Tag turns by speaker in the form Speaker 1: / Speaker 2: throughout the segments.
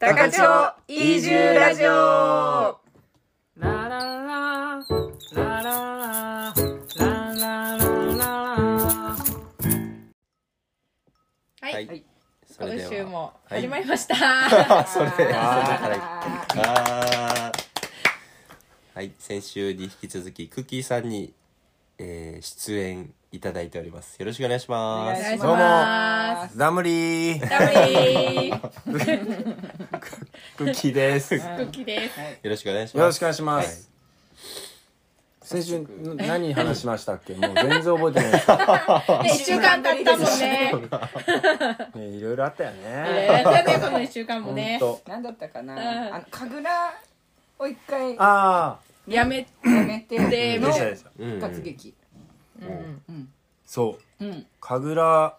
Speaker 1: 高千穂移住ラジオ
Speaker 2: ラララララララララ
Speaker 1: はい、
Speaker 3: はいそれで
Speaker 1: 今
Speaker 3: は
Speaker 1: 週も
Speaker 3: はい
Speaker 1: 始まりました、
Speaker 3: あ それそれからい
Speaker 2: ラ
Speaker 3: あーはい先週に引き続きクッキーさんに、えー出演いただいておりますよろしくお願いしま
Speaker 1: お
Speaker 3: す
Speaker 1: 願いし
Speaker 4: どうも
Speaker 1: ます
Speaker 4: ザムリー
Speaker 1: ダブリー
Speaker 4: クッキーです。よ
Speaker 1: クッキーです
Speaker 3: よろしくお願いしま
Speaker 4: ろし
Speaker 3: す
Speaker 4: くお願いします。先週ん何話しましたっけもう全然覚えてないです、
Speaker 1: 1週間経ったもんね
Speaker 4: ね。いろいろあったよね。
Speaker 1: やったねこの1週間も
Speaker 4: 本
Speaker 1: ね
Speaker 4: 当。
Speaker 2: なんだったか
Speaker 1: うん
Speaker 2: なあの神楽を一回や
Speaker 4: あ
Speaker 1: やめ
Speaker 2: め
Speaker 1: で
Speaker 2: て
Speaker 4: あ、
Speaker 2: の
Speaker 4: でしたでした。
Speaker 3: うん
Speaker 2: 突撃
Speaker 1: うん
Speaker 4: そう。
Speaker 2: うん
Speaker 4: 神楽、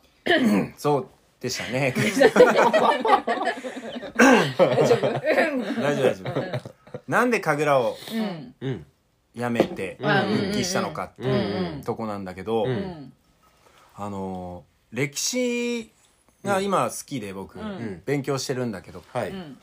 Speaker 4: そうでしたね。
Speaker 2: 大丈夫
Speaker 4: 大丈夫大丈夫。なんで神楽を
Speaker 2: うん
Speaker 3: うん
Speaker 4: やめて
Speaker 1: ん
Speaker 4: 復帰したのかって
Speaker 3: うん
Speaker 4: いう
Speaker 2: うん
Speaker 4: とこなんだけど、
Speaker 3: う
Speaker 2: うんん
Speaker 4: あのー歴史が今好きで僕、
Speaker 3: ん
Speaker 4: 勉強してるんだけど、
Speaker 3: はい、
Speaker 2: うん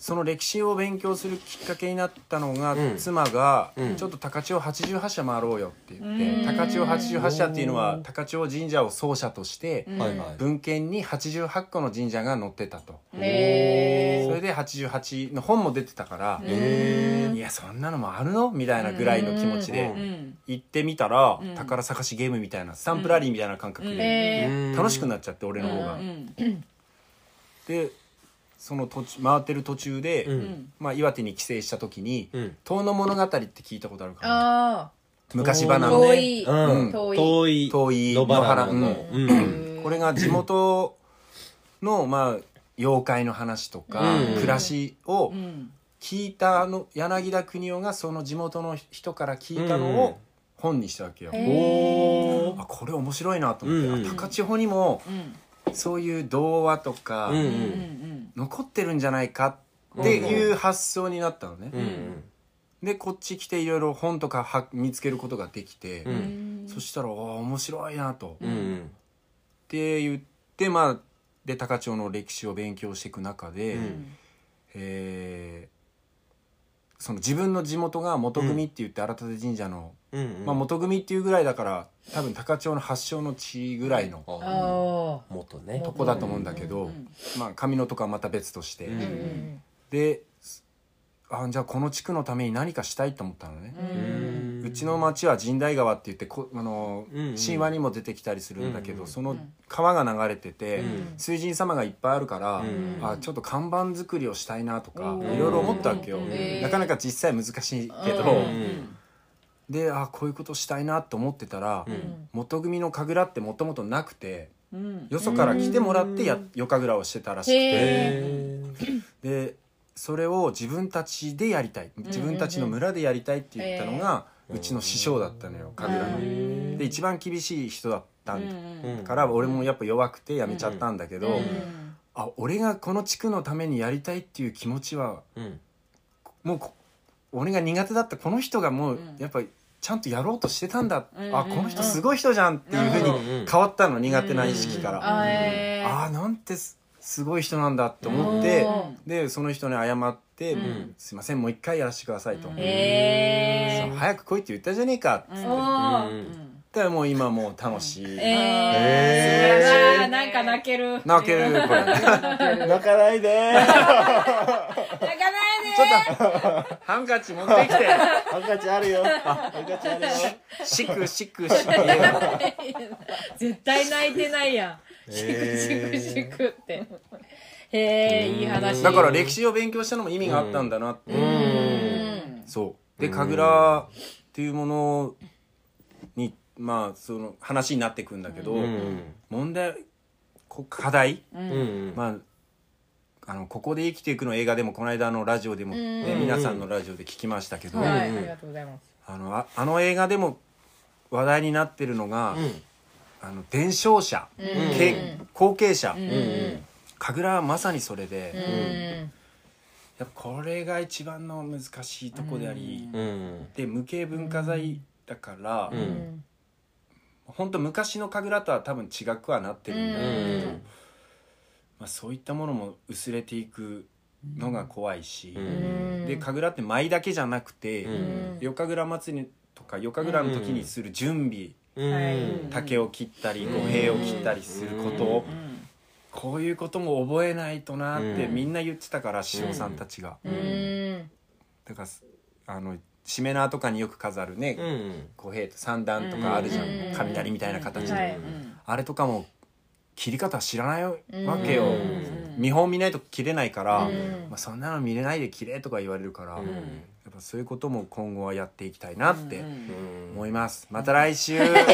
Speaker 4: その歴史を勉強するきっかけになったのが、
Speaker 3: うん
Speaker 4: 妻が、
Speaker 3: うん
Speaker 4: ちょっと高千穂88社回ろうよ」って言っ
Speaker 2: う
Speaker 4: て、
Speaker 2: ん
Speaker 4: 高千穂88社っていうの
Speaker 3: う
Speaker 4: は
Speaker 3: ん
Speaker 4: 高千穂神社を総社として、
Speaker 2: うん
Speaker 3: はいはい
Speaker 4: 文献に88個の神社が載ってたと、
Speaker 1: へ
Speaker 4: それで88の本も出てたから
Speaker 2: う
Speaker 4: 「
Speaker 3: え
Speaker 4: いやそんなのもあるの?」みたいなぐらいの気持ち
Speaker 3: う
Speaker 4: で
Speaker 2: うん
Speaker 4: 行ってみたら、
Speaker 2: うん
Speaker 4: 宝探しゲームみたいなスタンプラリーみたいな感覚
Speaker 2: うん
Speaker 4: で、
Speaker 1: え
Speaker 3: ー
Speaker 4: 楽しくなっちゃって俺の方
Speaker 2: う
Speaker 4: が。
Speaker 2: ん
Speaker 4: でその途中回ってる途中で、
Speaker 3: う
Speaker 2: うんん
Speaker 4: まあ、岩手に帰省した時に。
Speaker 3: うん
Speaker 4: 遠野物語って聞いたことあるかな
Speaker 1: あ
Speaker 4: 昔話
Speaker 1: あ
Speaker 4: の
Speaker 1: 遠
Speaker 4: ね
Speaker 1: い、
Speaker 3: うん
Speaker 1: 遠い
Speaker 3: 遠い
Speaker 4: 遠い
Speaker 3: 野原の
Speaker 4: 野
Speaker 3: う
Speaker 4: 原
Speaker 3: ん
Speaker 4: これが地元のまあ妖怪の話とか、
Speaker 3: うん
Speaker 4: 暮らしを
Speaker 2: うん
Speaker 4: 聞いたあの柳田国男がその地元の人から聞いたの
Speaker 3: うん
Speaker 4: を本にしたわけよ、
Speaker 1: へー
Speaker 3: おー
Speaker 4: あこれ面白いなと思って、
Speaker 3: うん
Speaker 4: あ高千穂にも
Speaker 2: うん
Speaker 4: そういう童話とか、
Speaker 3: うん
Speaker 2: うん
Speaker 4: 残ってるんじゃないかっていう発想になったのね、
Speaker 3: うんうん
Speaker 4: でこっち来ていろいろ本とかは見つけることができて、
Speaker 3: うん
Speaker 2: うん
Speaker 4: そしたらあー面白いなと、
Speaker 3: うんうん
Speaker 4: って言ってまあで高千穂の歴史を勉強していく中で、
Speaker 3: うん
Speaker 4: えーその自分の地元が元組って言って新立神社の、
Speaker 3: うん
Speaker 4: まあ、元組っていうぐらいだから多分高千穂の発祥の地ぐらいの
Speaker 1: あ
Speaker 3: あ
Speaker 1: あ
Speaker 3: ー元ね
Speaker 4: とこだと思うんだけど、
Speaker 2: うん
Speaker 4: まあ、上野とかはまた別として、
Speaker 3: うん
Speaker 1: うん
Speaker 4: ですあじゃあこの地区のために何かしたいと思ったのね
Speaker 2: う、
Speaker 3: うんん
Speaker 4: うちの町は神代川って言ってこあの、
Speaker 3: うんうん
Speaker 4: 神話にも出てきたりするんだけど、
Speaker 3: うん
Speaker 4: その川が流れてて、
Speaker 3: うん
Speaker 4: 水神様がいっぱいあるから、
Speaker 3: うん
Speaker 4: あちょっと看板作りをしたいなとか
Speaker 1: お
Speaker 3: ー
Speaker 4: いろいろ思ったわけよ、
Speaker 3: うん
Speaker 1: へー
Speaker 4: なかなか実際難しいけど、
Speaker 1: うん
Speaker 3: うん
Speaker 4: であこういうことしたいなと思ってたら、
Speaker 3: う
Speaker 1: うんん
Speaker 4: 元組の神楽ってもともとなくて
Speaker 2: うん
Speaker 4: よそから来てもらってや、
Speaker 3: うん
Speaker 4: 夜神楽をしてたらしく
Speaker 1: へ
Speaker 4: て
Speaker 3: え
Speaker 4: でそれを自分たちでやりたい自分たちの村でやりたいって言ったのが、
Speaker 3: うん
Speaker 4: うちの師匠だったのよ神楽の。
Speaker 1: ー
Speaker 4: で一番厳しい人だった
Speaker 2: うんん
Speaker 3: うん
Speaker 4: から俺もやっぱ弱くてやめちゃったんだけど、
Speaker 2: うん
Speaker 4: あ俺がこの地区のためにやりたいっていう気持ちは
Speaker 3: うん
Speaker 4: もうこ俺が苦手だったこの人がもう
Speaker 2: うん
Speaker 4: やっぱりちゃんとやろうとしてたんだ、
Speaker 2: うん
Speaker 4: あ
Speaker 2: うん
Speaker 4: この人すごい人じゃんっていうふうに変わったの苦手な意識から、あ
Speaker 1: あーえー
Speaker 4: あなんてすすごい人なんだって思って
Speaker 1: うん
Speaker 4: でその人に謝って「
Speaker 3: ん
Speaker 4: すいませんもう一回やらせてくださいと」
Speaker 2: うん
Speaker 1: へ
Speaker 4: そう早く来いって言ったじゃねえか」って
Speaker 2: う
Speaker 4: 言っ
Speaker 2: ん
Speaker 4: て
Speaker 1: おー
Speaker 2: うん
Speaker 4: たらもう今もう楽しい、
Speaker 1: え
Speaker 3: え
Speaker 1: ー
Speaker 3: ー
Speaker 1: うわーなんか泣ける
Speaker 4: 泣けるこれ
Speaker 3: 泣かないで
Speaker 1: 泣かないで
Speaker 4: ちょっとハンカチ持ってきて
Speaker 3: 赤ちゃんあるよ赤ちゃんあるよ
Speaker 4: シクシクシク
Speaker 1: 絶対泣いてないやん。シクシクシクって。へえ、いい話。
Speaker 4: だから歴史を勉強したのも意味があったんだなって、
Speaker 2: うん
Speaker 4: そうで神楽っていうものにまあその話になってくんだけど、
Speaker 3: うん
Speaker 4: 問題こ課題、
Speaker 3: うんうん
Speaker 4: まああのここで生きていくの映画でもこの間のラジオでも、ね
Speaker 1: うん
Speaker 4: 皆さんのラジオで聞きましたけど、
Speaker 1: はい、
Speaker 3: うん
Speaker 1: ありがとうございます。
Speaker 4: あのああの映画でも話題になってるのが、
Speaker 3: うん
Speaker 4: あの伝承者、け後継者、
Speaker 2: うん
Speaker 3: うん
Speaker 4: 神楽はまさにそれで、
Speaker 1: う
Speaker 4: やっ
Speaker 1: ん。
Speaker 4: ぱこれが一番の難しいとこであり、
Speaker 3: うん
Speaker 4: で無形文化財だから、
Speaker 3: うん
Speaker 1: うん
Speaker 4: ほんと昔の神楽とは多分違くはなってるんだけど、
Speaker 3: うん
Speaker 4: まあ、そういったものも薄れていくのが怖いし、
Speaker 3: う
Speaker 1: うん
Speaker 4: で神楽って舞だけじゃなくて、
Speaker 3: うん
Speaker 4: 夜神楽祭りとか夜神楽の時にする準備、
Speaker 3: うん
Speaker 1: はい
Speaker 2: ん
Speaker 4: 竹を切ったり
Speaker 3: うん
Speaker 4: 五平を切ったりすること、
Speaker 3: うん
Speaker 4: こういうことも覚えないとなって
Speaker 3: うん
Speaker 4: みんな言ってたから師匠さんたちが、
Speaker 1: うんうん
Speaker 4: だからあのしめ縄とかによく飾るね、
Speaker 3: うん
Speaker 4: 五平と三段とかあるじゃん、
Speaker 1: うん
Speaker 4: 雷みたいな形で、
Speaker 1: はい
Speaker 4: あれとかも切り方知らないわけよ、
Speaker 1: うん
Speaker 4: 見本見ないと切れないから、ま
Speaker 1: うん
Speaker 4: あ、そんなの見れないで切れとか言われるから、
Speaker 3: う
Speaker 4: や
Speaker 3: ん
Speaker 4: っぱそういうことも今後はやっていきたいなって
Speaker 3: うん
Speaker 4: 思います、また来週
Speaker 1: 早す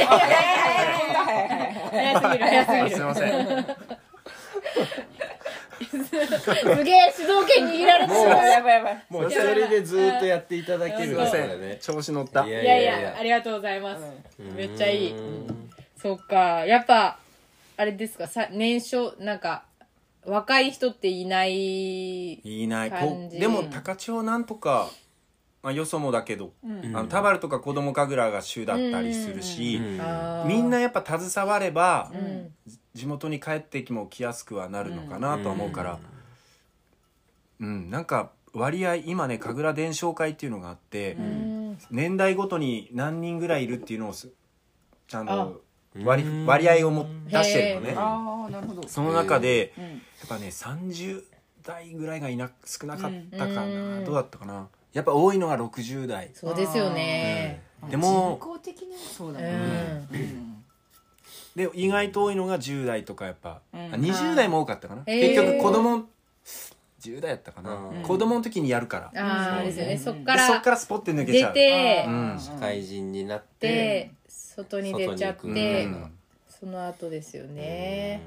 Speaker 1: ぎる早す
Speaker 4: す
Speaker 1: ぎ
Speaker 4: い
Speaker 1: る
Speaker 4: ません
Speaker 1: すげえ主導権握られてる
Speaker 2: やばいやばい。
Speaker 3: もうそれでずっとやっていただけ
Speaker 4: すい
Speaker 3: る
Speaker 4: ませ
Speaker 3: からね
Speaker 4: ん調子乗った
Speaker 3: い
Speaker 1: いやいやありがとうございますめっちゃいい
Speaker 3: うん
Speaker 1: そっかやっぱあれですかさ年少なんか若い人っていない
Speaker 4: 言いないこ
Speaker 1: 感じ
Speaker 4: でも高千穂なんとか、まあ、よそもだけど、
Speaker 2: うん
Speaker 4: あのタバルとか子供神楽が主だったりするし、
Speaker 3: うん
Speaker 1: あー
Speaker 4: みんなやっぱ携われば、
Speaker 1: うん
Speaker 4: 地元に帰ってきも来やすくはなるのかなとは思うから、うんなんか割合今ね神楽伝承会っていうのがあって、
Speaker 1: うん
Speaker 4: 年代ごとに何人ぐらいいるっていうのをすちゃんと
Speaker 3: あ
Speaker 4: 割
Speaker 3: うん
Speaker 4: 割合をも出してるの
Speaker 1: へ
Speaker 4: ね
Speaker 3: ー
Speaker 2: ああ、なるほど。
Speaker 4: その中で
Speaker 2: う
Speaker 4: や
Speaker 2: ん。
Speaker 4: っぱね30代ぐらいがいな少なかったかな、
Speaker 1: うん
Speaker 4: どうだったかなやっぱ多いのが60代、
Speaker 1: そうですよね
Speaker 4: うんでも
Speaker 2: 人工的にそうだ
Speaker 1: う
Speaker 2: ね。
Speaker 1: ん
Speaker 2: うん
Speaker 4: で意外と多いのが10代とかやっぱ、
Speaker 2: うん
Speaker 4: あ20代も多かったかな、
Speaker 1: へー
Speaker 4: 結局子供10代やったかな、
Speaker 3: うん
Speaker 4: 子供の時にやるから、
Speaker 1: ああですよねそっか
Speaker 4: でそっ
Speaker 1: ら
Speaker 4: からスポッて抜けち
Speaker 1: 出
Speaker 4: ゃう
Speaker 1: て
Speaker 4: うん
Speaker 3: 社会人になって
Speaker 1: で外に出ちゃっ
Speaker 3: 外に行
Speaker 1: て
Speaker 3: く
Speaker 4: うんっ
Speaker 1: その後ですよね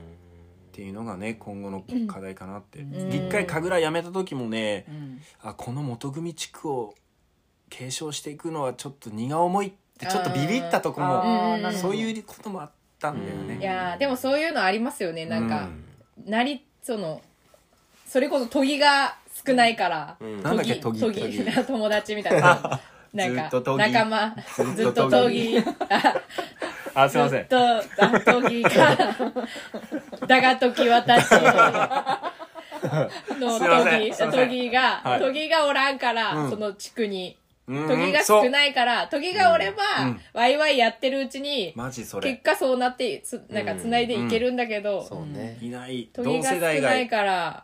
Speaker 4: ていうのがね今後の課題かなって、
Speaker 1: ん
Speaker 4: 一回神楽やめた時もね、
Speaker 2: うん
Speaker 4: あこの元組地区を継承していくのはちょっと荷が重いってちょっとビビったとこ
Speaker 2: あ
Speaker 4: も
Speaker 2: ー
Speaker 1: うん
Speaker 2: なるほど
Speaker 4: そういうこともあったんだよ
Speaker 3: うん
Speaker 1: い
Speaker 4: ね。
Speaker 1: やーでもそういうのありますよねなん
Speaker 4: う
Speaker 1: か
Speaker 4: ん
Speaker 1: なりそのそれこそ研ぎが少ないから
Speaker 3: うん
Speaker 4: なんだっけ
Speaker 1: 研ぎ
Speaker 4: 研ぎ
Speaker 1: 研ぎな友達みたいなな ん
Speaker 4: ずっと研
Speaker 1: か
Speaker 4: ぎ
Speaker 1: 仲間ずっと研ぎ
Speaker 4: あ
Speaker 1: ずっ。とあ研 ぎかだが時私の
Speaker 4: すいません
Speaker 1: 研ぎ
Speaker 4: すいません
Speaker 1: 研ぎが、
Speaker 4: はい
Speaker 1: 研ぎがおらんから、
Speaker 4: うん
Speaker 1: その地区に
Speaker 4: うん
Speaker 1: 研ぎが
Speaker 4: そ
Speaker 1: 少
Speaker 4: う
Speaker 1: ないから研ぎがおれば、
Speaker 4: うん
Speaker 1: ワイワイやってるうちに
Speaker 4: マジそ
Speaker 1: 結
Speaker 4: れ。
Speaker 1: 果そうなってつなんか繋いでいけるんだけど、
Speaker 3: そうね
Speaker 4: いない
Speaker 1: 研
Speaker 4: 同
Speaker 1: ぎが
Speaker 4: 世
Speaker 1: 少
Speaker 4: 代が
Speaker 1: ないから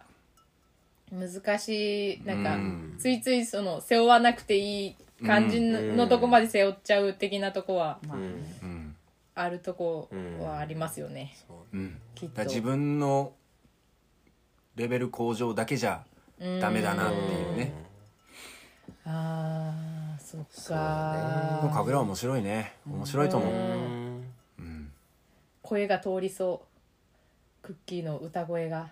Speaker 1: 難しいなんか、
Speaker 4: うん
Speaker 1: ついついその背負わなくていい感じの,、
Speaker 3: うん
Speaker 1: とこまで背負っちゃう的なとこは
Speaker 3: うん
Speaker 4: うん
Speaker 1: あるとこはありますよね、
Speaker 4: うん。
Speaker 1: きっ
Speaker 4: だから
Speaker 1: と
Speaker 4: 自分のレベル向上だけじゃダメだなっていうね。
Speaker 1: あーそっ
Speaker 4: もう
Speaker 1: か
Speaker 4: 神楽面白いね。面白いと思
Speaker 1: う
Speaker 4: う。
Speaker 3: うん
Speaker 1: 声が通りそうクッキーの歌声が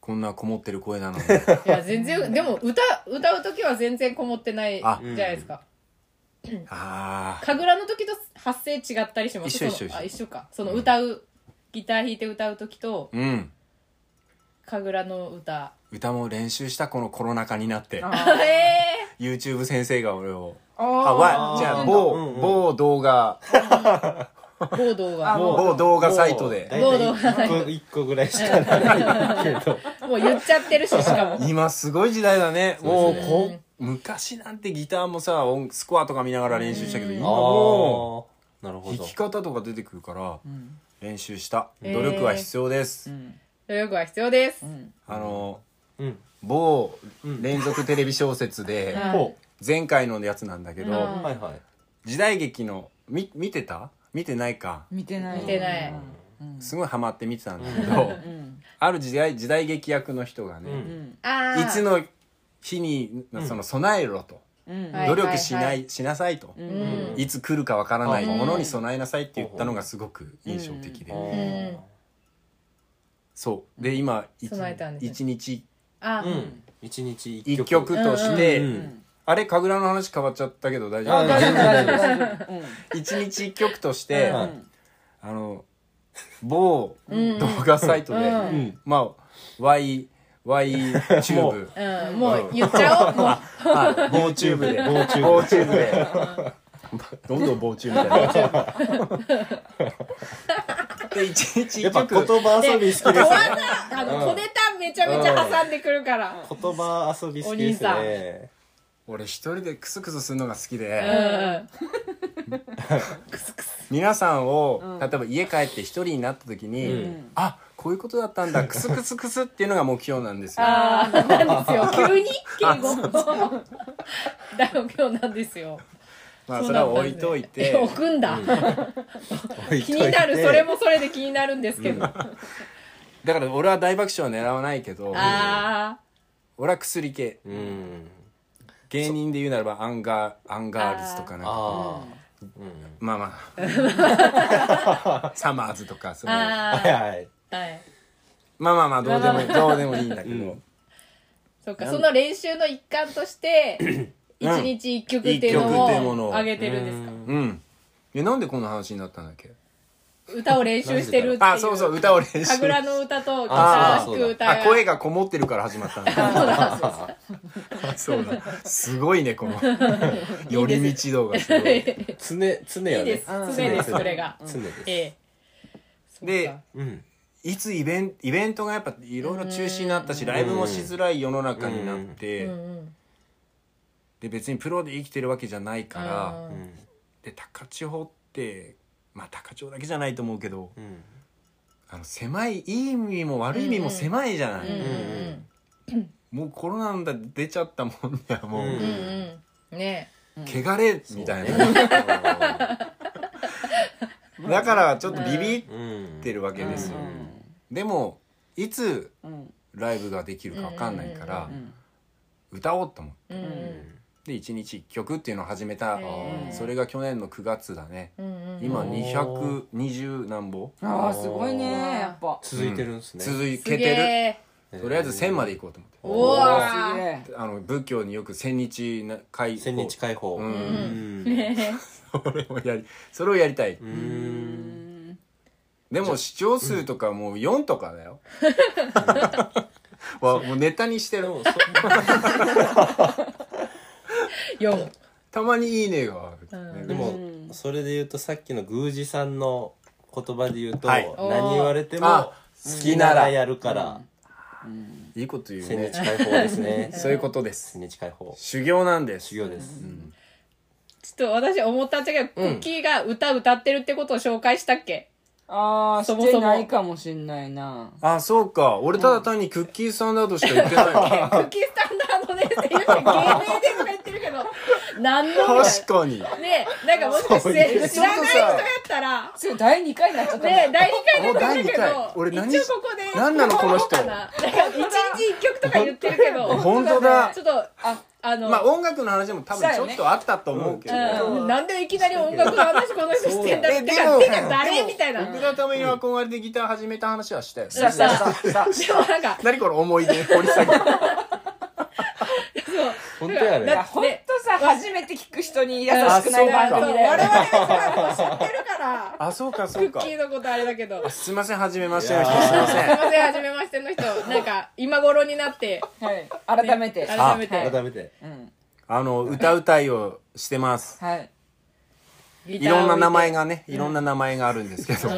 Speaker 4: こんなこもってる声な のに。
Speaker 1: い や全然でも歌歌う時は全然こもってないじゃ
Speaker 4: あ
Speaker 1: ないですか、
Speaker 4: ああ。
Speaker 1: 神楽の時と発声違ったりします
Speaker 4: 一緒
Speaker 1: そ
Speaker 4: 一緒
Speaker 1: の
Speaker 4: 一緒
Speaker 1: あ一緒かその歌う、ギター弾いて歌う時と
Speaker 4: うん。
Speaker 1: 神楽の歌
Speaker 4: 歌も練習したこのコロナ禍になって。
Speaker 1: え え
Speaker 4: YouTube 先生が俺を。
Speaker 2: あ
Speaker 4: あ、
Speaker 2: あ
Speaker 4: わ、
Speaker 2: ー
Speaker 4: じゃあ、
Speaker 3: うんうん
Speaker 4: 某、某動画、
Speaker 1: ー、ボードが
Speaker 2: あ
Speaker 1: も
Speaker 4: 某動画サイト
Speaker 3: も
Speaker 4: で。
Speaker 1: ボ
Speaker 3: う
Speaker 1: ード
Speaker 3: 大体一個一個ぐらいしかないけど
Speaker 1: う言っちゃってるししかも
Speaker 4: 今すごい時代だね。も
Speaker 3: そう
Speaker 4: う、
Speaker 3: ですね
Speaker 4: こう、昔なんてギターもさ、音スコアとか見ながら練習したけど、今も
Speaker 3: ああなる
Speaker 4: う、
Speaker 3: ほ
Speaker 4: 弾
Speaker 3: ど
Speaker 4: き方とか出てくるから、
Speaker 2: ん
Speaker 4: 練習した。
Speaker 1: へー
Speaker 4: 努力は必要です。
Speaker 2: うん
Speaker 1: 努力は必要です、
Speaker 2: うん
Speaker 4: あの、
Speaker 3: うん
Speaker 4: 某連続テレビ小説で、
Speaker 1: はい
Speaker 3: ほ
Speaker 4: 前回のやつなんだけ
Speaker 3: う
Speaker 1: うん
Speaker 4: ど、
Speaker 3: はいはい
Speaker 4: 時代劇の、み、見てた見てないか。
Speaker 2: 見てない。
Speaker 1: 見てない
Speaker 2: うん。
Speaker 4: すごいハマって見てたんだけど、
Speaker 2: うん。
Speaker 4: ある時代、時代劇役の人がね、
Speaker 3: うん
Speaker 2: うん。
Speaker 1: ああ
Speaker 4: いつの日にその備えろと、
Speaker 2: うん。。
Speaker 1: はい
Speaker 4: 努力しない、
Speaker 1: は
Speaker 4: しなさいと、
Speaker 1: うんん
Speaker 4: いつ来るかわからない
Speaker 3: うん
Speaker 4: ものに備えなさいって言ったのがすごく印象的で、
Speaker 1: う
Speaker 3: うん
Speaker 1: ん
Speaker 4: そうで今一
Speaker 1: 備えたんですね
Speaker 4: 一日
Speaker 1: あ、
Speaker 3: うん一日一
Speaker 4: 一
Speaker 3: 曲
Speaker 4: 曲として、
Speaker 3: うん
Speaker 2: う
Speaker 3: うん
Speaker 2: ん。
Speaker 4: あれ神楽の話変わっちゃったけど大丈
Speaker 3: あ大
Speaker 4: 夫
Speaker 3: 丈夫大丈夫
Speaker 2: うん。
Speaker 4: 一日一曲として、
Speaker 3: うん
Speaker 4: あの某
Speaker 1: うん
Speaker 4: 動画サイトで、
Speaker 1: うん
Speaker 4: まあ Y Y チューブ
Speaker 1: うん、もう言っちゃおう、もう
Speaker 4: はい、棒チューブで、棒チューブ棒チューブで。どんどん棒チューブみたいな。 で一日
Speaker 3: や
Speaker 4: 一
Speaker 3: っぱ
Speaker 4: 曲
Speaker 3: 言葉遊び好きですね
Speaker 1: 小技あの小ネタめちゃめちゃ挟んでくるから
Speaker 3: 言葉遊び好きです
Speaker 1: お
Speaker 3: ね
Speaker 4: 俺一人でクスクスするのが好き
Speaker 1: う
Speaker 4: で、
Speaker 1: ん
Speaker 4: 皆さんを、
Speaker 2: うん
Speaker 4: 例えば家帰って一人になった時に、
Speaker 3: うん
Speaker 4: あこういうことだったんだクスクスクスっていうのが目標なんですよ
Speaker 1: ああなんですよ急に敬語だよ今日なんですよ
Speaker 4: まあそれは置いといて、
Speaker 1: そうなんだねえ置くんだ、気になるそれもそれで気になるんですけど、あ
Speaker 4: だから俺は大爆笑は狙わないけど
Speaker 1: あ
Speaker 4: 俺は薬系
Speaker 3: うん
Speaker 4: 芸人で言うならばアンガーアンガールズとかなんか
Speaker 3: あ
Speaker 4: まあまあサマーズとかそ
Speaker 1: ー
Speaker 4: のま
Speaker 3: あ
Speaker 4: あ
Speaker 1: あ
Speaker 3: は
Speaker 1: ー
Speaker 3: いはい
Speaker 1: はい
Speaker 4: まあまあどうでもいいどうでもいいんだけど、
Speaker 3: うん
Speaker 1: そうかその練習の一環として一
Speaker 4: うん
Speaker 1: 日一曲っていう
Speaker 4: 一曲っていうも
Speaker 1: の
Speaker 4: の
Speaker 1: を
Speaker 4: を
Speaker 1: 上げてるんですか
Speaker 4: うん。え、なんでこの話になったんだっけ
Speaker 1: 歌を練習してるっていう
Speaker 4: あ、そうそう、歌を練習。
Speaker 1: 神楽の歌とギタ
Speaker 3: あ
Speaker 1: ー
Speaker 3: ー
Speaker 1: 弾く歌
Speaker 4: あ、
Speaker 1: が
Speaker 4: 声がこもってるから始まったんだ。そうだ。すごいね、こ の。寄り道動画す
Speaker 3: 常
Speaker 4: ごい。
Speaker 3: 常よ
Speaker 1: いいで
Speaker 3: ね
Speaker 1: す常ですそれが
Speaker 3: 常です
Speaker 1: ええ
Speaker 4: で
Speaker 1: そっか
Speaker 3: うん
Speaker 4: いつイベント、イベントがやっぱいろいろ中止になったし、ライブもしづらい世の中になって
Speaker 1: う、ん
Speaker 4: で、別にプロで生きてるわけじゃないか
Speaker 1: う
Speaker 4: ら、
Speaker 1: ん
Speaker 3: うん
Speaker 4: で、高千穂って、まあ高千穂だけじゃないと思うけど、
Speaker 3: うん
Speaker 4: あの、狭い、いい意味も悪い意味も狭いじゃな
Speaker 1: うんう
Speaker 4: い。
Speaker 1: ん
Speaker 4: もうコロナなんだ出ちゃったもんだよ、も
Speaker 3: う。
Speaker 4: う
Speaker 1: うんうんうんね
Speaker 4: 汚れみたいな、だからちょっとビビっ
Speaker 3: うん
Speaker 4: てるわけですよ、
Speaker 2: うん
Speaker 4: でもいつ
Speaker 2: うん
Speaker 4: ライブができるか分かんないから、
Speaker 2: う
Speaker 1: う
Speaker 2: ん
Speaker 4: 歌おうと思っ
Speaker 1: えうんうん
Speaker 4: て1日1曲っていうのを始めた
Speaker 1: へー
Speaker 4: それが去年の9月だね
Speaker 1: うんうん
Speaker 4: 今
Speaker 3: おー
Speaker 4: 220何本
Speaker 2: ああすごいねやっぱ
Speaker 3: 続いてるんですね
Speaker 4: 続
Speaker 1: す
Speaker 4: け
Speaker 1: げ
Speaker 4: て
Speaker 1: え
Speaker 4: るとりあえず1000まで行こうと思って
Speaker 1: おお
Speaker 2: すげえ
Speaker 4: あの仏教によく千日な会
Speaker 3: 千日解放
Speaker 4: う
Speaker 3: うんん
Speaker 4: それをやりそれをやりたい、
Speaker 3: う
Speaker 2: うんん
Speaker 4: でも視聴数とかもう4とかだよ、 わもうネタにしてる
Speaker 1: 4
Speaker 4: たまに「いいね」がある、
Speaker 1: うん
Speaker 3: でもそれで言うとさっきの宮司さんの言葉で言うと
Speaker 4: はい
Speaker 3: 何言われても
Speaker 4: あ
Speaker 3: 好きならやるから
Speaker 4: いいこと言う
Speaker 3: 千日
Speaker 4: ね
Speaker 3: 解放ですね
Speaker 4: そういうことです
Speaker 3: 千日解放
Speaker 4: 修行なんです
Speaker 3: 修行です
Speaker 1: ちょっと私思ったんだけど、クッキーが歌歌ってるってことを紹介したっけ
Speaker 2: ああ
Speaker 1: そ
Speaker 2: し
Speaker 1: もそも
Speaker 2: てないかもしんないな
Speaker 4: あそうか俺ただ単にクッキーさんだとしか言ってない
Speaker 1: クッキースタンダードね って言って芸名でとか言ってるけど、なんのみたい
Speaker 4: 確かに
Speaker 1: なねえ、なんかもしかして知らない人やったら、
Speaker 2: それ第2回になっちゃったね
Speaker 1: ねえ、第2回出てるけ
Speaker 4: もう第二回俺
Speaker 1: ど、
Speaker 4: 何
Speaker 1: 一応ここで、
Speaker 4: 何なのこの人
Speaker 1: かななんか一日一曲とか言ってるけど、
Speaker 4: 本当だ
Speaker 1: ちょっと、あ、あの、
Speaker 4: まあ音楽の話も多分ちょっとあったと思うけど、
Speaker 1: うん、なんでいきなり音楽の話この人してんだって、
Speaker 4: え
Speaker 1: て
Speaker 4: で
Speaker 1: か
Speaker 4: も
Speaker 1: てか誰みたいな。
Speaker 4: 僕のために憧れてギター始めた話はしたよね
Speaker 2: したしたしたした
Speaker 1: でもなんか、
Speaker 4: 何この思い出掘り下げ
Speaker 1: そう。
Speaker 3: 本当や
Speaker 2: あ
Speaker 1: だ
Speaker 3: ね
Speaker 1: って
Speaker 2: ほんとさ初めて聞く人に優しくな
Speaker 4: そう
Speaker 2: い
Speaker 4: か
Speaker 2: 番
Speaker 1: そう我
Speaker 2: 組だよ
Speaker 1: 々
Speaker 2: ね
Speaker 1: はさ知ってるから
Speaker 4: あそうか
Speaker 1: ク
Speaker 4: そう
Speaker 1: ッ
Speaker 4: か
Speaker 1: キーのことあれだけどす
Speaker 4: すいません初めましての人すいませ
Speaker 1: い
Speaker 4: ん
Speaker 1: ません初めましての人なんか今頃になって
Speaker 2: はい改めて
Speaker 1: 改めて
Speaker 3: 改めて
Speaker 2: うん
Speaker 4: あの歌うたいをしてます
Speaker 2: はい
Speaker 1: い
Speaker 4: いろんな名前がね、いろんな名前があるんですけど、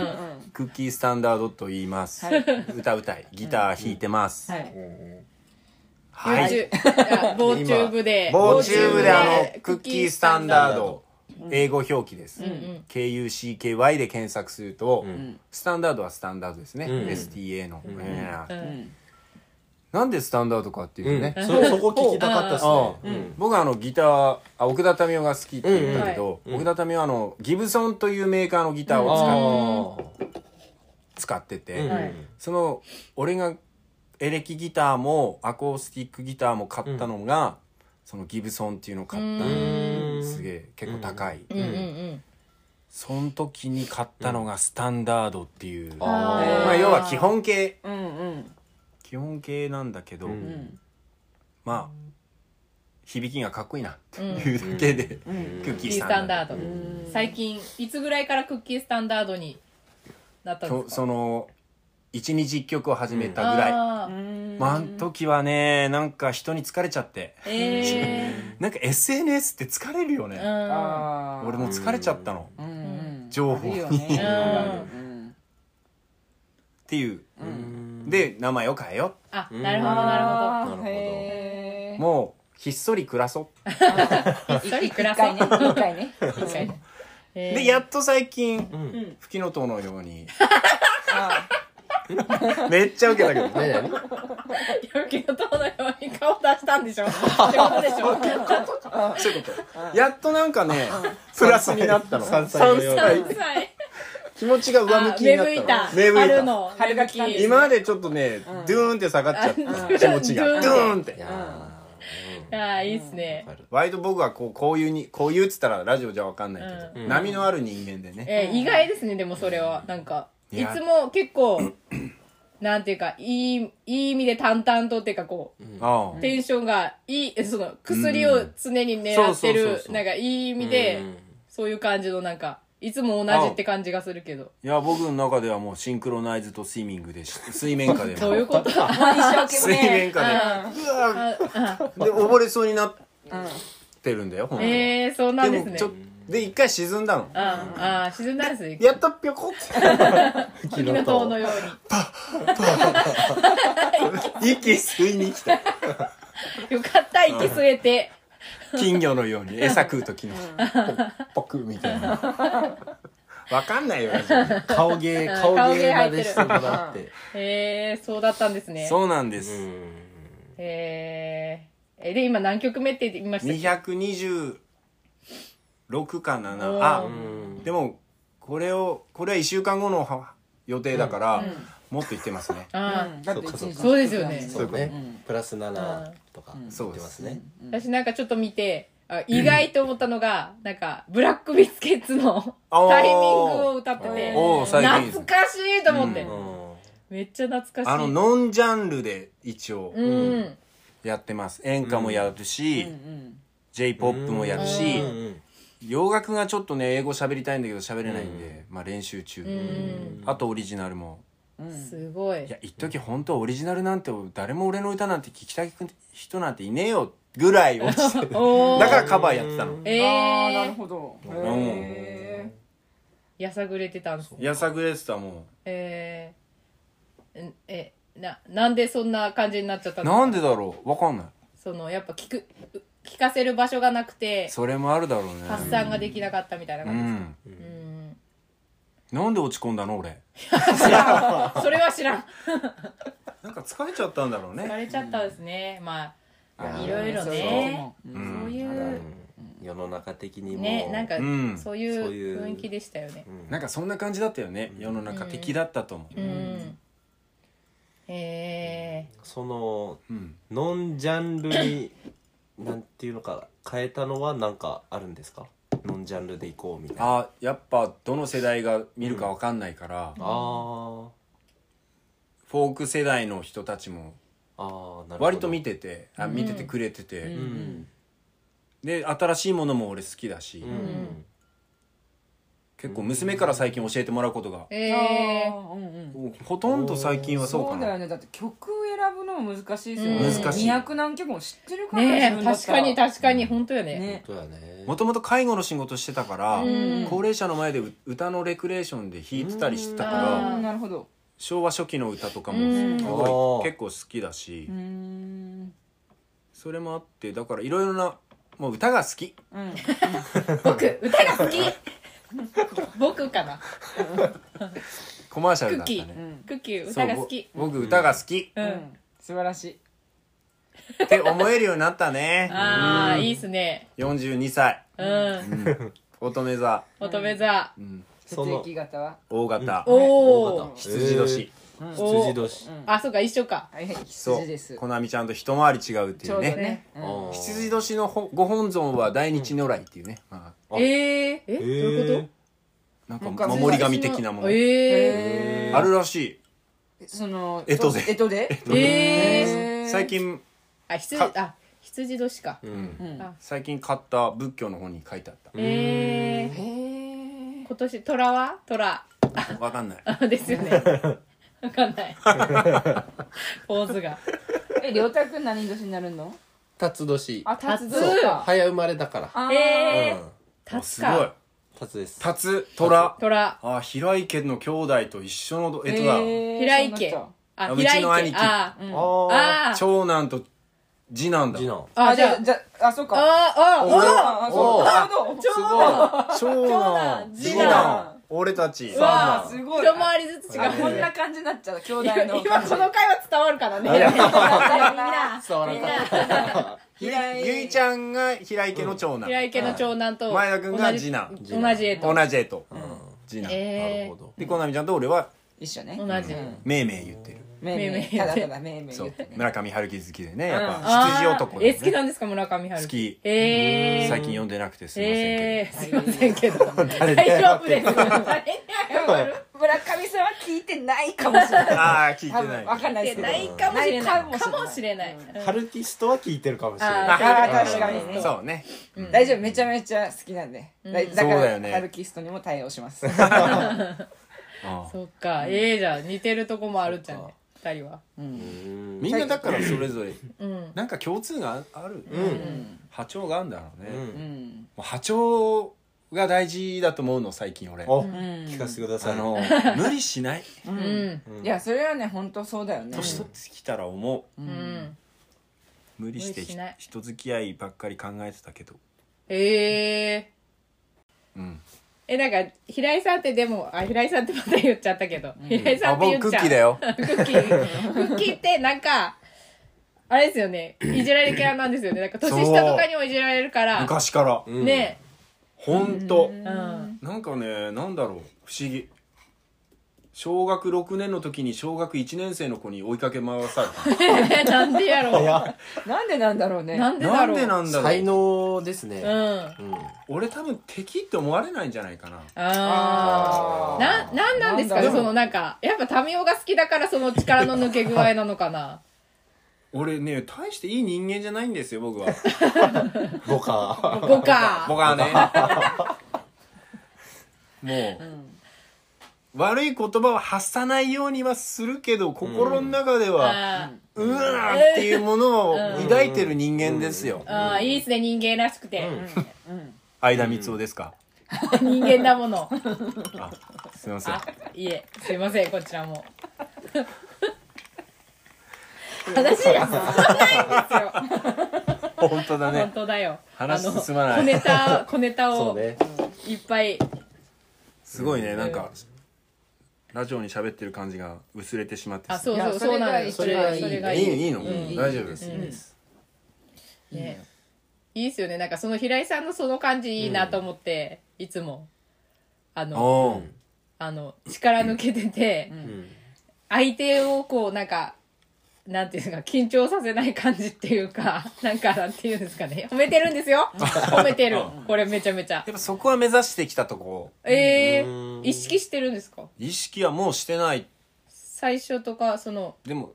Speaker 4: クッキースタンダードと言います。
Speaker 2: はい
Speaker 4: 歌うたい、ギター弾いてます。
Speaker 2: はい
Speaker 4: はい。
Speaker 1: 棒チューブで
Speaker 4: 棒チューブであ
Speaker 1: 棒チューブで
Speaker 4: の、クッキースタンダード、英語表記です。KUCKY で検索すると、スタンダードはスタンダードですね。
Speaker 3: ん
Speaker 4: STA の。えー
Speaker 2: ん
Speaker 4: なんでスタンダードかっていううんね。
Speaker 3: そそこ聞きたかったですね
Speaker 4: うん僕はあのギターあ奥田民生が好きって言ったけど、奥田民生はあのギブソンというメーカーのギターを使っ使ってて、
Speaker 3: うん
Speaker 1: はい
Speaker 4: その俺がエレキギターもアコースティックギターも買ったのが、そのギブソンっていうのを買った
Speaker 3: うん
Speaker 4: すげえ結構高い、
Speaker 1: うんうん
Speaker 4: その時に買ったのがスタンダードっていう、
Speaker 3: あ
Speaker 4: ま
Speaker 3: ー
Speaker 4: あ要は基本形
Speaker 2: うんうん
Speaker 4: 基本形なんだけど、
Speaker 2: ん
Speaker 4: まあ響きがかっこいいなっていうだけで、クッ
Speaker 1: ク
Speaker 4: キ
Speaker 1: ッ
Speaker 4: ー
Speaker 1: キー
Speaker 4: ス
Speaker 1: ス
Speaker 4: タ
Speaker 1: タ
Speaker 4: ン
Speaker 1: ン
Speaker 4: ダード
Speaker 1: ダード最近いつぐらいからクッキースタンダードになったんです
Speaker 4: きょ
Speaker 1: か
Speaker 4: その一日一曲を始めたぐらい、
Speaker 1: あー
Speaker 4: まああの時はねなんか人に疲れちゃって
Speaker 1: え
Speaker 4: なんか SNS って疲れるよね、
Speaker 1: ーうん
Speaker 2: あー
Speaker 4: 俺もう疲れちゃったの、
Speaker 2: うんうん
Speaker 4: 情報
Speaker 2: あるよ
Speaker 4: に、
Speaker 2: ね
Speaker 1: うん
Speaker 2: うん
Speaker 4: っていう、
Speaker 3: うん
Speaker 4: で名前を変えよ
Speaker 1: あ
Speaker 3: うん
Speaker 1: なるほどな
Speaker 3: るほど
Speaker 2: あーへ
Speaker 4: う
Speaker 2: ー
Speaker 4: もうひっそり暮らそう
Speaker 1: るほど一緒に暮ら
Speaker 2: 一
Speaker 1: そう
Speaker 2: 回ね一回ね
Speaker 1: 一回ねえー
Speaker 4: でやっと最近
Speaker 3: うん
Speaker 4: フキノトウのように
Speaker 2: あ
Speaker 4: めっちゃウケ たけどね
Speaker 3: 何々
Speaker 1: 病気の塔のように顔出したん でしょってことでしょ
Speaker 4: そういうことやっとなんかねプラスになったの
Speaker 3: 山菜のように
Speaker 4: 山
Speaker 1: 3歳
Speaker 4: 気持ちが上向きになったの
Speaker 1: あ芽吹いた
Speaker 4: 芽
Speaker 1: 春
Speaker 4: 吹い
Speaker 1: の
Speaker 2: 春が来たんです
Speaker 4: 今までちょっとね
Speaker 2: ん
Speaker 4: ドゥーンって下がっちゃった気持ち
Speaker 1: ドゥーン
Speaker 4: が
Speaker 1: って
Speaker 4: ドゥーンっ
Speaker 3: い
Speaker 4: て
Speaker 3: や
Speaker 1: あーいいっす
Speaker 3: ー
Speaker 1: ね
Speaker 3: わかる
Speaker 4: 割と僕はこうこういうにこういうっつったらラジオじゃわかんないけ
Speaker 3: う
Speaker 4: ど
Speaker 3: ん
Speaker 4: 波のある人間でね
Speaker 1: えー意外ですねでもそれはなんか
Speaker 4: い
Speaker 1: い
Speaker 4: や
Speaker 1: つも結構なんていうかいいいい意味で淡々とっていうかこう
Speaker 4: あ
Speaker 1: テンションがいいえその薬を常に狙って
Speaker 4: うんそうそう
Speaker 1: る
Speaker 4: そうそう
Speaker 1: なんかいい意味で
Speaker 3: うん
Speaker 1: そういう感じのなんかいつも同じって感じがするけど
Speaker 4: いや僕の中ではもうシンクロナイズとスイミングでし水面下で
Speaker 1: どういうこと
Speaker 2: ーまあ一生
Speaker 4: 水
Speaker 2: 懸
Speaker 4: 面
Speaker 2: 命
Speaker 4: 下でうわ
Speaker 1: ああ
Speaker 4: ーで溺れそうになっ
Speaker 2: うん
Speaker 4: てるんだよ本当は
Speaker 1: えー、そうなんですね
Speaker 4: もちょで一回沈んだの
Speaker 1: あああ沈んだんですね
Speaker 4: やっとぴょこっ
Speaker 1: 君の塔のよう
Speaker 4: て息吸いに来た
Speaker 1: によかった息吸えて
Speaker 4: 金魚のように餌食う時のポクみたいなわかんないよ
Speaker 3: 顔芸
Speaker 1: うん
Speaker 3: 顔
Speaker 1: 顔芸
Speaker 3: 芸
Speaker 1: 入
Speaker 3: ま
Speaker 1: ってる
Speaker 3: でしてもらって
Speaker 1: えー、そうだったんですね
Speaker 4: そうなんで
Speaker 3: う
Speaker 4: す
Speaker 3: ん
Speaker 1: えー、えで今何曲目って言いましたっけ
Speaker 4: 226か7
Speaker 1: おー
Speaker 4: あ
Speaker 3: うん
Speaker 4: でもこれをこれは1週間後のは予定だから、もっといってますね
Speaker 1: あー、
Speaker 2: うんだって一日
Speaker 1: そうですよね
Speaker 3: そうねプラス
Speaker 1: う
Speaker 3: 7
Speaker 1: ん
Speaker 3: とか
Speaker 2: ん
Speaker 3: 言ってますね
Speaker 1: 私なんかちょっと見てあ意外と思ったのが、なんかブラックビスケッツの
Speaker 4: あー
Speaker 1: タイミングを歌ってて
Speaker 4: おー最近
Speaker 1: 懐かしいと思って、
Speaker 4: う
Speaker 3: うん
Speaker 1: めっちゃ懐かしい
Speaker 4: あのノンジャンルで一応
Speaker 1: うん、
Speaker 4: やってます演歌もやるし、
Speaker 2: うん
Speaker 4: j p o p もやるし、
Speaker 1: う
Speaker 3: うん
Speaker 4: 洋楽がちょっとね英語喋りたいんだけど喋れないんで、まあ練習中、
Speaker 1: ん
Speaker 4: あとオリジナルも
Speaker 1: すごい
Speaker 4: いや一時本当オリジナルなんて誰も俺の歌なんて聞きたい人なんていねえよぐらい落ち てる
Speaker 1: おー
Speaker 4: だからカバーやってたの
Speaker 1: え
Speaker 2: あーなる
Speaker 1: ー、
Speaker 2: ほど
Speaker 4: ん
Speaker 2: へ
Speaker 1: やさぐれてたんですね
Speaker 4: やさぐれてたも
Speaker 1: えー、んえななんでそんな感じになっちゃった
Speaker 4: うん
Speaker 1: ですか
Speaker 4: なんでだろうわかんない
Speaker 1: そのやっぱ聞くう聞かせる場所がなくて
Speaker 4: それもあるだろうね
Speaker 1: 発散ができなかったみたいな
Speaker 4: う
Speaker 1: 感じですか
Speaker 4: んなんで落ち込んだの俺
Speaker 1: それは知らん
Speaker 4: なんか疲れちゃったんだろう
Speaker 1: 疲
Speaker 4: ね
Speaker 1: れちゃったですね、まあ
Speaker 3: うん
Speaker 1: いろいろ
Speaker 2: ーそういう
Speaker 1: ね
Speaker 2: の
Speaker 1: そう
Speaker 4: うん
Speaker 1: いううん
Speaker 3: 世の中的にも
Speaker 1: ねなんか、
Speaker 4: うん
Speaker 1: そう
Speaker 3: そう
Speaker 1: い
Speaker 3: いうう
Speaker 1: 雰囲気でしたよね
Speaker 3: うん
Speaker 4: なんかそんな感じだったよね世の中敵だったと思
Speaker 1: う
Speaker 4: う、
Speaker 1: ん、へえ
Speaker 3: その
Speaker 4: うん
Speaker 3: ノンジャンルになんていうのか変えたのは何かあるんですかノンジャンルでいこうみたいなあ
Speaker 4: あやっぱどの世代が見るかわかんないか
Speaker 3: あ
Speaker 4: ら、
Speaker 3: ー
Speaker 4: フォーク世代の人たちも
Speaker 3: あーなるほど
Speaker 4: 割と見ててあ見ててくれてて、
Speaker 3: うん
Speaker 4: で新しいものも俺好きだし、
Speaker 3: うん
Speaker 4: 結構娘から最近教えてもらうことが、
Speaker 1: え
Speaker 2: あ
Speaker 1: え
Speaker 2: ーうんうん
Speaker 4: ほとんど最近はそう
Speaker 2: そ
Speaker 4: か
Speaker 2: うだよ
Speaker 4: な
Speaker 2: ねだって曲を選ぶのも難しいですよ
Speaker 1: う
Speaker 2: ね
Speaker 1: ん
Speaker 4: 難しい
Speaker 2: 200何曲も知ってるから
Speaker 1: ね
Speaker 2: 自分
Speaker 1: え
Speaker 2: だっ
Speaker 1: 確
Speaker 2: たら
Speaker 1: かに確かに本当よね
Speaker 2: ね
Speaker 3: そうだね
Speaker 4: もともと介護の仕事してたから、
Speaker 1: ん
Speaker 4: 高齢者の前でう歌のレクレーションで弾いてたりしてたか
Speaker 1: う
Speaker 4: ら、
Speaker 1: んあー
Speaker 2: うんなるほど
Speaker 4: 昭和初期の歌とか
Speaker 1: う
Speaker 4: も
Speaker 1: ん
Speaker 4: すごい結構好きだし、
Speaker 2: うーん
Speaker 4: それもあってだからいろいろなもう歌が好き
Speaker 2: うん
Speaker 1: 僕歌が好 き僕かな
Speaker 4: コマーシャ
Speaker 1: ク
Speaker 4: ルだった
Speaker 1: ッキー、
Speaker 4: ね
Speaker 1: クッキー
Speaker 4: そう
Speaker 1: 歌が好き
Speaker 4: ぼ僕歌が好き
Speaker 1: うん、
Speaker 2: うん素晴らしい
Speaker 4: って思えるようになったね
Speaker 1: ああいいっすね
Speaker 4: 42歳
Speaker 1: うん
Speaker 4: 乙女座
Speaker 1: 乙女座
Speaker 2: 血
Speaker 3: その
Speaker 2: 液型は
Speaker 4: 大型、
Speaker 1: おお
Speaker 3: 大
Speaker 1: ー
Speaker 3: 型
Speaker 4: 羊年、
Speaker 1: お
Speaker 3: 羊年
Speaker 1: あそうか一緒か
Speaker 2: はいはい
Speaker 4: そう
Speaker 2: 羊です
Speaker 4: こなみちゃんと一回り違うって
Speaker 2: ち
Speaker 4: い
Speaker 2: ょ
Speaker 4: う
Speaker 2: うど
Speaker 4: ね
Speaker 2: ね
Speaker 3: あー
Speaker 4: 羊年のほご本尊は大日如来っていうね、まあ
Speaker 3: あ
Speaker 1: えええ
Speaker 3: え
Speaker 1: どうい
Speaker 3: ー
Speaker 1: うこと
Speaker 4: なん
Speaker 2: なん
Speaker 4: か
Speaker 2: か
Speaker 4: 守り神的なもの、
Speaker 1: え
Speaker 2: え
Speaker 4: あるらしい
Speaker 2: ーその
Speaker 4: 干支で
Speaker 2: えとで
Speaker 1: ー、えー、
Speaker 4: 最近
Speaker 1: あ羊
Speaker 4: か
Speaker 1: あ羊年か、
Speaker 3: うん
Speaker 2: うん
Speaker 1: あ
Speaker 4: 最近買った仏教の本に書いてあった
Speaker 1: えー、
Speaker 2: へえ
Speaker 1: 今年虎は虎
Speaker 4: わかんない
Speaker 1: あ ですよ ねわかん ないポーズが
Speaker 2: えりょうたくん何年になるの
Speaker 3: 辰年
Speaker 2: あ、タ
Speaker 1: ツ
Speaker 2: ツ
Speaker 1: そう
Speaker 2: か
Speaker 3: 早生まれだから
Speaker 2: あー
Speaker 1: えー
Speaker 3: うん
Speaker 1: 立
Speaker 4: あ
Speaker 1: つ
Speaker 4: すごい
Speaker 1: か
Speaker 3: 達です。
Speaker 4: タツ、トラ。
Speaker 1: 虎
Speaker 4: あ、平井家の兄弟と一緒のど、えっとだ、
Speaker 1: 平井家あ
Speaker 4: あ
Speaker 1: 平井
Speaker 4: うちの兄
Speaker 1: 家
Speaker 4: 貴
Speaker 1: あー
Speaker 3: あー
Speaker 1: あー
Speaker 4: 長男と次男だ。
Speaker 3: 次男。
Speaker 2: あ
Speaker 1: あ
Speaker 2: じ
Speaker 1: じゃ
Speaker 2: ゃ
Speaker 1: あ
Speaker 2: あじゃああそうか
Speaker 1: あーあー
Speaker 2: ああそうか
Speaker 3: お
Speaker 2: あどう
Speaker 1: ちょ
Speaker 4: すごい。長男
Speaker 1: 男、
Speaker 4: 次
Speaker 1: 次
Speaker 4: 男
Speaker 2: 男、
Speaker 4: 俺たち。
Speaker 1: うわ
Speaker 2: あ
Speaker 1: ー
Speaker 2: すごい
Speaker 1: 一回りずつ違
Speaker 2: あこん
Speaker 1: う
Speaker 2: な感じになっちゃう兄弟
Speaker 1: 今
Speaker 2: の
Speaker 1: 今
Speaker 2: 感じ
Speaker 1: この会話伝わるからねみんな
Speaker 3: 伝わらなかっ
Speaker 1: みんな
Speaker 4: ゆいゆいちゃんが平井家の長男。
Speaker 1: 平井家の長男と
Speaker 4: 前田君が次男
Speaker 1: 同じ同じ絵と
Speaker 4: 同じ絵と。次
Speaker 3: な
Speaker 4: 男。
Speaker 3: る
Speaker 1: え
Speaker 3: ほど。
Speaker 4: で、コナミちゃんと俺は、
Speaker 2: 一緒ね
Speaker 1: ー同じ
Speaker 4: めいめい言ってる。
Speaker 2: めいめいただただめいめい
Speaker 4: そ
Speaker 2: 言
Speaker 4: う
Speaker 2: って。ね
Speaker 4: 村上春樹好きでね、やっ
Speaker 1: あ
Speaker 4: ぱ
Speaker 1: ー
Speaker 4: 羊男だよね
Speaker 1: え好きなんですか村上春樹
Speaker 4: 好き
Speaker 1: えー
Speaker 4: 最近読んでなくてすいませんけ
Speaker 1: えー、すいませんけど。大丈 夫です。
Speaker 2: 村上さんは聞いてないかもしれない
Speaker 4: ど。ああ、聞い
Speaker 2: 多
Speaker 4: て
Speaker 2: 分
Speaker 4: な
Speaker 2: わ
Speaker 4: い。
Speaker 2: かんないですけど
Speaker 1: ないかもしれない。かもしれない。
Speaker 3: ハルキストは聞いてるかもしれない。
Speaker 1: あ
Speaker 2: あー確かにね
Speaker 4: そうね。
Speaker 2: 大丈夫めちゃめちゃ好きなんで、だだか
Speaker 4: そうだよ
Speaker 2: ら
Speaker 4: ね
Speaker 2: ハルキストにも対応します
Speaker 4: あー
Speaker 1: そっか、ええじゃん、似てるとこもあるっちゃね。二人は。
Speaker 4: みんなだからそれぞれ、
Speaker 1: うん。
Speaker 4: なんか共通がある。波長があるんだろうね。
Speaker 3: う。
Speaker 4: も
Speaker 2: うんん
Speaker 4: う波長が大事だと思うの、最近俺。
Speaker 3: お、
Speaker 2: ん
Speaker 3: 聞かせてくださ
Speaker 4: あ
Speaker 3: い。
Speaker 4: の、無理しない。
Speaker 2: う
Speaker 1: うんん。
Speaker 2: いやそれはね本当そうだよね
Speaker 4: 年取ってきたら思う。
Speaker 1: うん。
Speaker 4: 無理して
Speaker 1: 無理し
Speaker 4: ひ
Speaker 1: ない
Speaker 4: 人付き合いばっかり考えてたけど。
Speaker 1: ええ
Speaker 4: うん。
Speaker 1: え、なんか、平井さんってでも、あ、平井さんってまた言っちゃったけど。平井さん
Speaker 4: あ、
Speaker 1: って言
Speaker 4: 僕
Speaker 1: っ
Speaker 4: ク
Speaker 1: ち
Speaker 4: ッ
Speaker 1: ゃう。
Speaker 4: キーだよ。
Speaker 1: クッキー。クッキーってなんか、あれですよね。いじられキャラなんですよね。なんか年下とかにもいじられるから。
Speaker 4: 昔から。
Speaker 1: ね
Speaker 4: ほんと。
Speaker 1: うん。
Speaker 4: なんかね、なんだろう、不思議。小学6年の時に小学1年生の子に追いかけ回され
Speaker 1: え、なんでやろ
Speaker 3: や、
Speaker 2: なんでなんだろうね
Speaker 1: う。 なん
Speaker 4: た。
Speaker 1: でだ
Speaker 4: なん
Speaker 1: ろう。
Speaker 4: でなんだろ
Speaker 3: 才
Speaker 4: う。
Speaker 3: 能ですね。
Speaker 1: う
Speaker 3: う
Speaker 1: ん。
Speaker 3: ん。
Speaker 4: 俺多分敵って思われないんじゃないかな。
Speaker 1: あ
Speaker 2: あ
Speaker 1: あ。
Speaker 2: ー
Speaker 1: な、なんなんですか
Speaker 2: なんだろ
Speaker 1: ね
Speaker 2: う
Speaker 1: そのなんか、やっぱ民生が好きだからその力の抜け具合なのかな。
Speaker 4: 俺ね、大していい人間じゃないんですよ、僕は。
Speaker 3: 僕か。
Speaker 1: 僕か。
Speaker 4: 僕は ね。もう、悪い言葉は発さないようにはするけど、心の中では、
Speaker 1: あー
Speaker 4: うわーっていうものを抱いてる人間ですよ。
Speaker 1: あー、いいっすね、人間らしくて。
Speaker 4: 相田光雄ですか。
Speaker 1: 人間だもの。
Speaker 4: あ、すいません
Speaker 1: あ。、いえ、すいません、こちらも。話が進まないんですよ。
Speaker 4: 本当だ
Speaker 1: 本
Speaker 4: ね。
Speaker 1: 当だよ。
Speaker 4: 話
Speaker 1: あの
Speaker 4: 進まない
Speaker 1: 小ネタ、小ネ タ
Speaker 3: そう
Speaker 1: を
Speaker 3: ね。
Speaker 1: いっぱい。
Speaker 4: すごいね、なんか、ラジオに喋ってる感じが薄れてしまって
Speaker 1: あ、そう
Speaker 2: い
Speaker 1: そ
Speaker 2: や
Speaker 1: う、そうなんです。
Speaker 2: それがいい
Speaker 1: それが
Speaker 4: い
Speaker 1: いい。
Speaker 4: いいいの、
Speaker 2: ん
Speaker 4: 大丈夫です、
Speaker 1: うんね、いいっすよねなんかその平井さんのその感じいいなと思って、いつもあの
Speaker 4: おー
Speaker 1: あの力抜けてて、
Speaker 3: ん
Speaker 1: 相手をこうなんかなんていうんですか緊張させない感じっていうか なんかなんていうんですかね褒めてるんで すよ褒めてるこれめちゃめちゃ
Speaker 4: やっぱそこは目指してきたとこ
Speaker 1: え
Speaker 3: う
Speaker 1: ー、
Speaker 3: ん
Speaker 1: 意識してるんですか
Speaker 4: 意識はもうしてない
Speaker 1: 最初とかその
Speaker 4: でも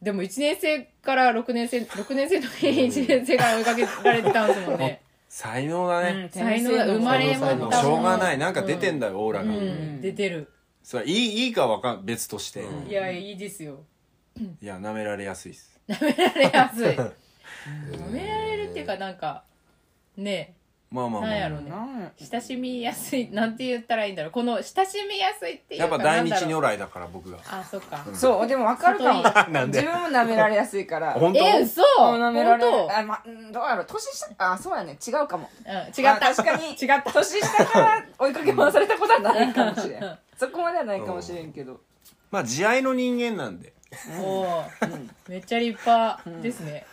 Speaker 1: でも1年生から6年生6年生の時に1年生から追いかけられてたんですもんね
Speaker 4: 才能だ
Speaker 2: うん
Speaker 4: ね、
Speaker 1: 才能が生まれま
Speaker 3: 才能
Speaker 1: っ
Speaker 4: し
Speaker 1: た
Speaker 4: ょうがない
Speaker 1: い、
Speaker 4: なんか出てんだよ、オーラ
Speaker 1: う
Speaker 4: が、
Speaker 1: ん、出てる
Speaker 4: それはいいいいかわかん別として、
Speaker 1: い
Speaker 4: い
Speaker 1: やいいですよ
Speaker 4: や舐められやすいです
Speaker 1: 舐められや すい舐められるっていうかなんかね
Speaker 4: まあまあまあ、
Speaker 1: なんやろうね
Speaker 2: なん
Speaker 1: 親しみやすいなんて言ったらいいんだろうこの親しみやすいっていう
Speaker 4: や
Speaker 1: か
Speaker 4: っぱ
Speaker 1: な
Speaker 4: 大
Speaker 1: んだろ
Speaker 4: 日
Speaker 1: う
Speaker 4: 如来だから僕が
Speaker 1: あそっか
Speaker 2: そうでも分かるかも
Speaker 1: 本
Speaker 4: になんで
Speaker 2: 自分も舐められやすい から
Speaker 4: 本当
Speaker 1: え嘘
Speaker 2: もう舐められ
Speaker 1: 本
Speaker 2: あ、ま、うんどうやろう年下あそうやね違うかも
Speaker 1: 当うん違っ
Speaker 2: まあ
Speaker 1: た
Speaker 2: 確かに
Speaker 1: 違った
Speaker 2: 年下から追いかけ回されたことはないかもしれんそこまではないかもしれんけど
Speaker 4: まあ慈愛の人間なんで
Speaker 1: おーめっちゃ立派ですね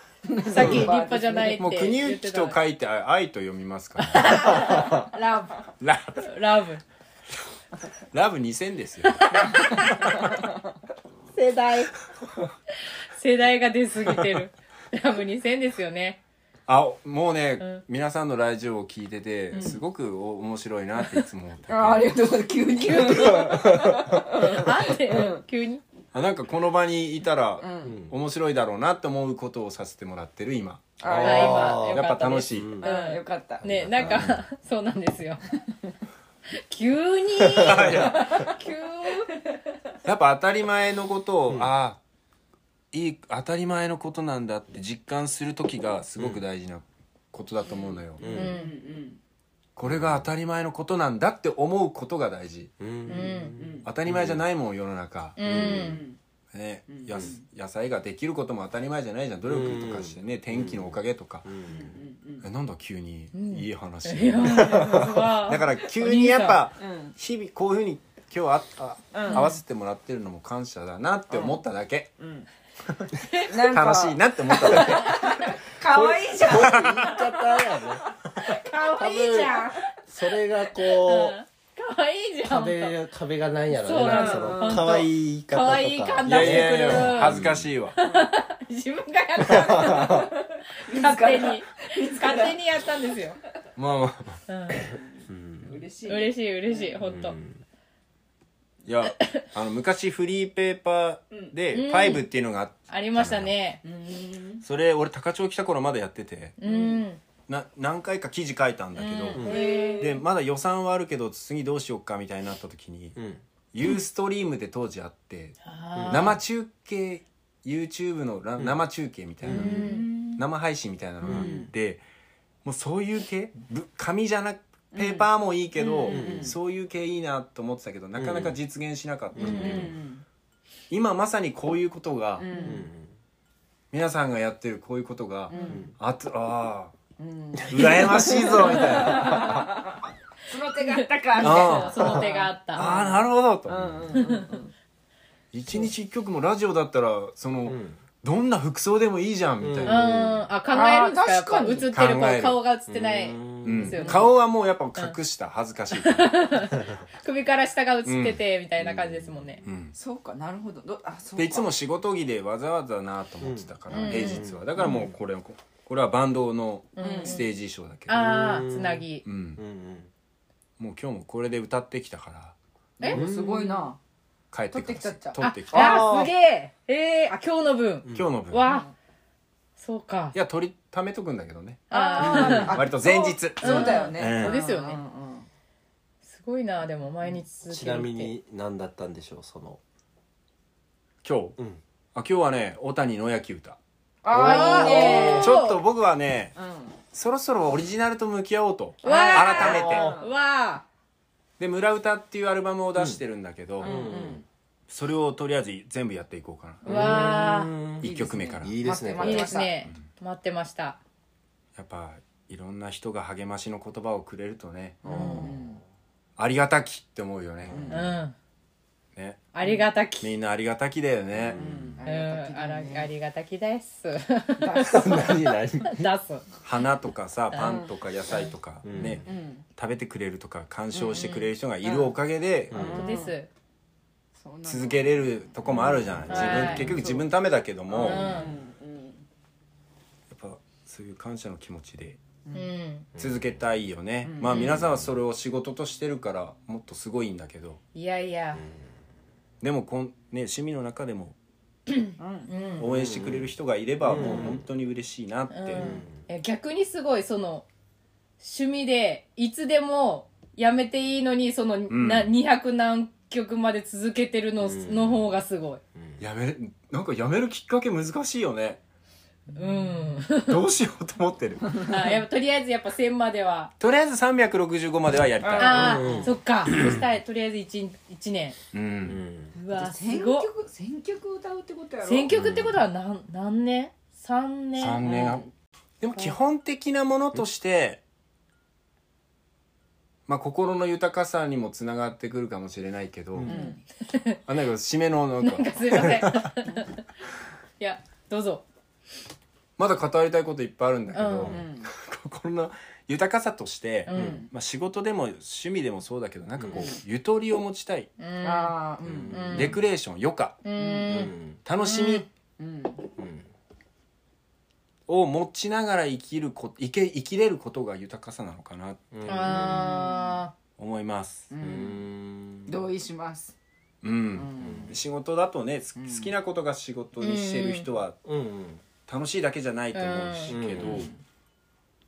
Speaker 1: さっき立派じゃないって
Speaker 4: もう国
Speaker 1: 言っ
Speaker 4: 行
Speaker 1: てた
Speaker 4: と書いてあ愛と読みますから
Speaker 2: ラ
Speaker 4: ラ
Speaker 1: ラブ
Speaker 4: ラブ2000ですよ
Speaker 1: 世代世代が出過ぎてるラブ2000ですよね
Speaker 4: あもうね、
Speaker 1: ん
Speaker 4: 皆さんのラジオを聞いてて、すごくお面白いなっていつも思って
Speaker 2: ブ
Speaker 4: て
Speaker 2: あありがとうございます急に急に
Speaker 1: なんで急に
Speaker 4: あなんかこの場にいたら、面白いだろうなって思うことをさせてもらってる今
Speaker 2: あ
Speaker 1: あ
Speaker 2: あ
Speaker 1: 今
Speaker 3: あー
Speaker 4: や
Speaker 1: よか
Speaker 4: っぱ
Speaker 1: たで
Speaker 4: 楽
Speaker 1: す
Speaker 4: しい、
Speaker 2: よかったうんよかった
Speaker 1: ねなんかそうなんです よ急に急
Speaker 4: やっぱ当たり前のことを、ああいい当たり前のことなんだって実感する時がすごく大事なことだと思うのよ、
Speaker 1: うん
Speaker 4: これが当たり前のことなんだって思うことが大事
Speaker 3: うん
Speaker 1: うん
Speaker 4: 当たり前じゃないもん世の中、
Speaker 1: うん、
Speaker 4: ねやす野菜ができることも当たり前じゃないじゃん努力とかしてね天気のおかげとか、えなんだ急にいい話、
Speaker 1: いやー
Speaker 4: だから急にやっぱ日々こういうふうに今日ああ、会わせてもらってるのも感謝だなって思っただけ、
Speaker 2: なんか
Speaker 4: 楽しいなって思っただけ
Speaker 2: 可愛いじゃん
Speaker 3: こういう言い方やね
Speaker 2: 可愛いじゃん
Speaker 3: それがこう
Speaker 1: 可愛いじゃん
Speaker 3: 壁が壁がないやろ
Speaker 1: そう
Speaker 3: ねなんか
Speaker 1: う
Speaker 3: その
Speaker 1: ん
Speaker 3: 可愛い方
Speaker 1: 可愛い
Speaker 3: とか
Speaker 1: 感
Speaker 4: い
Speaker 1: 出
Speaker 4: や
Speaker 1: し
Speaker 4: い
Speaker 1: て
Speaker 4: や
Speaker 1: く
Speaker 4: い
Speaker 1: る
Speaker 4: や恥ずかしいわ
Speaker 1: 自分がやったんだ勝手に勝手にやったんですよ、
Speaker 4: まあまあ
Speaker 1: うん、
Speaker 2: 嬉しい
Speaker 1: 嬉しい嬉しい本当
Speaker 4: いやあの昔フリーペーパーで
Speaker 1: うん
Speaker 4: ファイブっていうのがあって
Speaker 1: ありましたね
Speaker 4: それ俺高千穂来た頃まだやってて
Speaker 1: うん
Speaker 4: な何回か記事書いたんだけど、でまだ予算はあるけど次どうしよっかみたいになった時に、
Speaker 3: ん
Speaker 4: ユーストリームで当時あって
Speaker 1: あ
Speaker 4: 生中継 YouTube のら生中継みたいな、生配信みたいなのがあって、もうそういう系ぶ紙じゃなくペーパーもいいけど、そういう系いいなと思ってたけどなかなか実現しなかったんだけど、今まさにこういうことが、皆さんがやってるこういうことが、あとあー、羨ましいぞみたい な
Speaker 2: その手があったかみたい
Speaker 4: あ
Speaker 1: あその手があっ
Speaker 4: ああ
Speaker 1: た
Speaker 4: なるほどと、
Speaker 2: なうんうんうん
Speaker 4: 一日一曲もラジオだったらその、
Speaker 3: ん
Speaker 4: どんな服装でもいいじゃんみたい
Speaker 1: うん
Speaker 4: な、
Speaker 1: あ考えるんですかやっぱ
Speaker 2: あ
Speaker 1: 映って
Speaker 2: ー
Speaker 1: る
Speaker 4: 確かに考え
Speaker 1: 子
Speaker 4: る
Speaker 1: 顔が映ってない
Speaker 4: うん
Speaker 1: ですよね
Speaker 4: 顔はもうやっぱ隠した、恥ずかしいから、
Speaker 1: 首から下が映っててみたいな感じですもんね
Speaker 4: うん
Speaker 2: そうかなるほどどあそうか
Speaker 4: でいつも仕事着でわざわざなと思ってたから、平日はだからもうこれここれはバンドのステージ衣装だけど、うん
Speaker 1: ああつなぎ
Speaker 4: もう今日もこれで歌ってきたから
Speaker 1: え
Speaker 2: すごいな
Speaker 4: 帰ってください
Speaker 2: 取ってきたっちゃ
Speaker 4: 取ってきた
Speaker 1: ああすげええー、あ今日の分
Speaker 4: 今日の分い
Speaker 1: わそうか
Speaker 4: や取りためとくんだけどね
Speaker 1: あ
Speaker 2: あ
Speaker 4: 割と前日
Speaker 2: そうそうだよ
Speaker 3: うん
Speaker 2: ね
Speaker 1: そうですよね
Speaker 2: うんうんうん
Speaker 1: ーすごいなでも毎日続け
Speaker 3: ち
Speaker 1: るっ
Speaker 3: な
Speaker 1: て
Speaker 3: みに何だったんでしょうその
Speaker 4: 今日、
Speaker 3: ん
Speaker 4: あ今日はね大谷野焼き歌
Speaker 2: ああいいね
Speaker 4: ちょっと僕はね
Speaker 2: うん
Speaker 4: そろそろオリジナルと向き合おうと
Speaker 1: わー
Speaker 4: 改めて
Speaker 1: わ
Speaker 4: で「村歌」っていうアルバムを出してるんだけど、
Speaker 2: うん
Speaker 4: それをとりあえず全部やっていこうか
Speaker 1: ー
Speaker 4: な、
Speaker 1: わー
Speaker 4: 一1曲目から
Speaker 3: いいですねこ
Speaker 2: 待っ
Speaker 1: いい
Speaker 2: て
Speaker 3: れ
Speaker 1: ですね待ってました
Speaker 4: やっぱいろんな人が励ましの言葉をくれるとね、ありがたきって思うよね,、
Speaker 1: うん
Speaker 4: ね
Speaker 1: ありがたき
Speaker 4: みんなありがたきだよね、
Speaker 1: うんあらありがたきです 出す
Speaker 3: 何何
Speaker 4: 花とかさパンとか野菜とかね、食べてくれるとか鑑賞してくれる人がいるおかげで、
Speaker 1: 本当です
Speaker 2: そうなんだ
Speaker 4: 続けれるとこもあるじゃない、自
Speaker 1: は
Speaker 4: 分
Speaker 1: い
Speaker 4: 結局自分のためだけども、
Speaker 1: う
Speaker 4: やっ
Speaker 1: ん
Speaker 4: ぱそういう感謝の気持ちで
Speaker 1: うん
Speaker 4: 続けたいよね、まあ皆さんはそれを仕事としてるからもっとすごいんだけど
Speaker 1: いやいや
Speaker 4: でもこん、ね、趣味の中でも応援してくれる人がいればもう本当に嬉しいなって、
Speaker 1: え逆にすごいその趣味でいつでもやめていいのにそのな200何曲まで続けてるのの方がすごい
Speaker 4: やめるなんかやめるきっかけ難しいよ ね
Speaker 1: うん
Speaker 4: どうしようと思ってる
Speaker 1: あやっぱとりあえずやっぱ1000までは
Speaker 4: とりあえず365まではやりたい
Speaker 1: ああそっかそしたらとりあえず 1, 一年
Speaker 4: うん
Speaker 1: うわす
Speaker 2: 選
Speaker 1: ごい
Speaker 2: 曲選曲歌うってことやろ
Speaker 1: 選曲ってことは何何年 ?3 年
Speaker 4: 3年、
Speaker 1: うん
Speaker 4: でも基本的なものとして、まあ、心の豊かさにもつながってくるかもしれないけど、あなんか締めのなんか
Speaker 1: なんかすいません いやどうぞ
Speaker 4: まだ語りたいこといっぱいあるんだけど、
Speaker 1: うんう
Speaker 4: 心の豊かさとして、
Speaker 1: ん
Speaker 4: まあ、仕事でも趣味でもそうだけどなんかこう、ゆとりを持ちたい、
Speaker 1: うん
Speaker 2: ああうん
Speaker 4: レクレーション余暇
Speaker 1: うん
Speaker 4: 楽しみ
Speaker 2: うん
Speaker 4: を持ちながら生きるこ生け生きれることが豊かさなのかなと
Speaker 1: あ
Speaker 4: 思います、
Speaker 2: 同意します
Speaker 4: うん仕事だとね、す好きなことが仕事にしてる人は楽しいだけじゃないと思うしけど、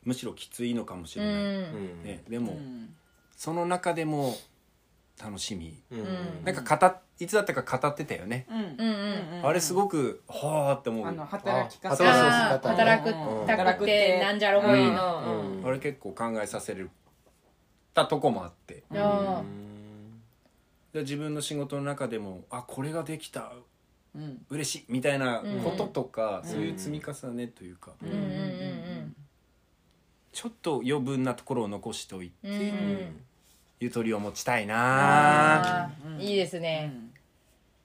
Speaker 4: むしろきついのかもしれ
Speaker 1: ーう
Speaker 4: ない、
Speaker 1: ん
Speaker 4: ね、でも、
Speaker 2: ん
Speaker 4: その中でも楽しみ、なんか語っいつだったか語ってたよね、
Speaker 2: うん
Speaker 1: うんうん
Speaker 4: あれすごくはあって思う
Speaker 2: あの働き
Speaker 3: あ
Speaker 2: 方
Speaker 3: そうそうそう
Speaker 1: あー働く
Speaker 2: うん
Speaker 1: たくてなんじゃろほいの
Speaker 4: あれ結構考えさせるたとこもあって
Speaker 1: うんあ
Speaker 4: で自分の仕事の中でもあこれができた
Speaker 2: うん
Speaker 4: 嬉しいみたいなこととか、そういう積み重ねというか、
Speaker 1: うんうんうん
Speaker 4: ちょっと余分なところを残しておいて、
Speaker 1: うんうん
Speaker 4: ゆとりを持ちたいな
Speaker 1: あーいいですね、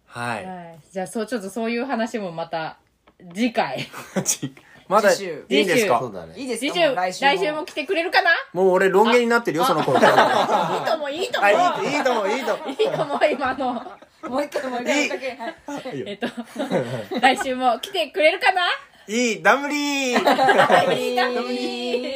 Speaker 4: はい、
Speaker 1: はい、じゃあそうちょっとそういう話もまた次回
Speaker 4: まだい
Speaker 2: 次週
Speaker 4: いんです
Speaker 3: そう
Speaker 4: か
Speaker 3: だ
Speaker 2: いい
Speaker 3: ね。
Speaker 2: です
Speaker 1: 次
Speaker 2: か
Speaker 1: 週
Speaker 2: う
Speaker 1: 来週も来てくれるかな
Speaker 4: もう俺ロン毛になってるよその頃あ
Speaker 1: いいともいいとも
Speaker 4: いいいいと思ういいと思う
Speaker 1: いいとも今の
Speaker 2: もう一回もう一回もう一回はい
Speaker 1: えっと 来週も来てくれるかない
Speaker 4: いダムリー
Speaker 1: いいともいい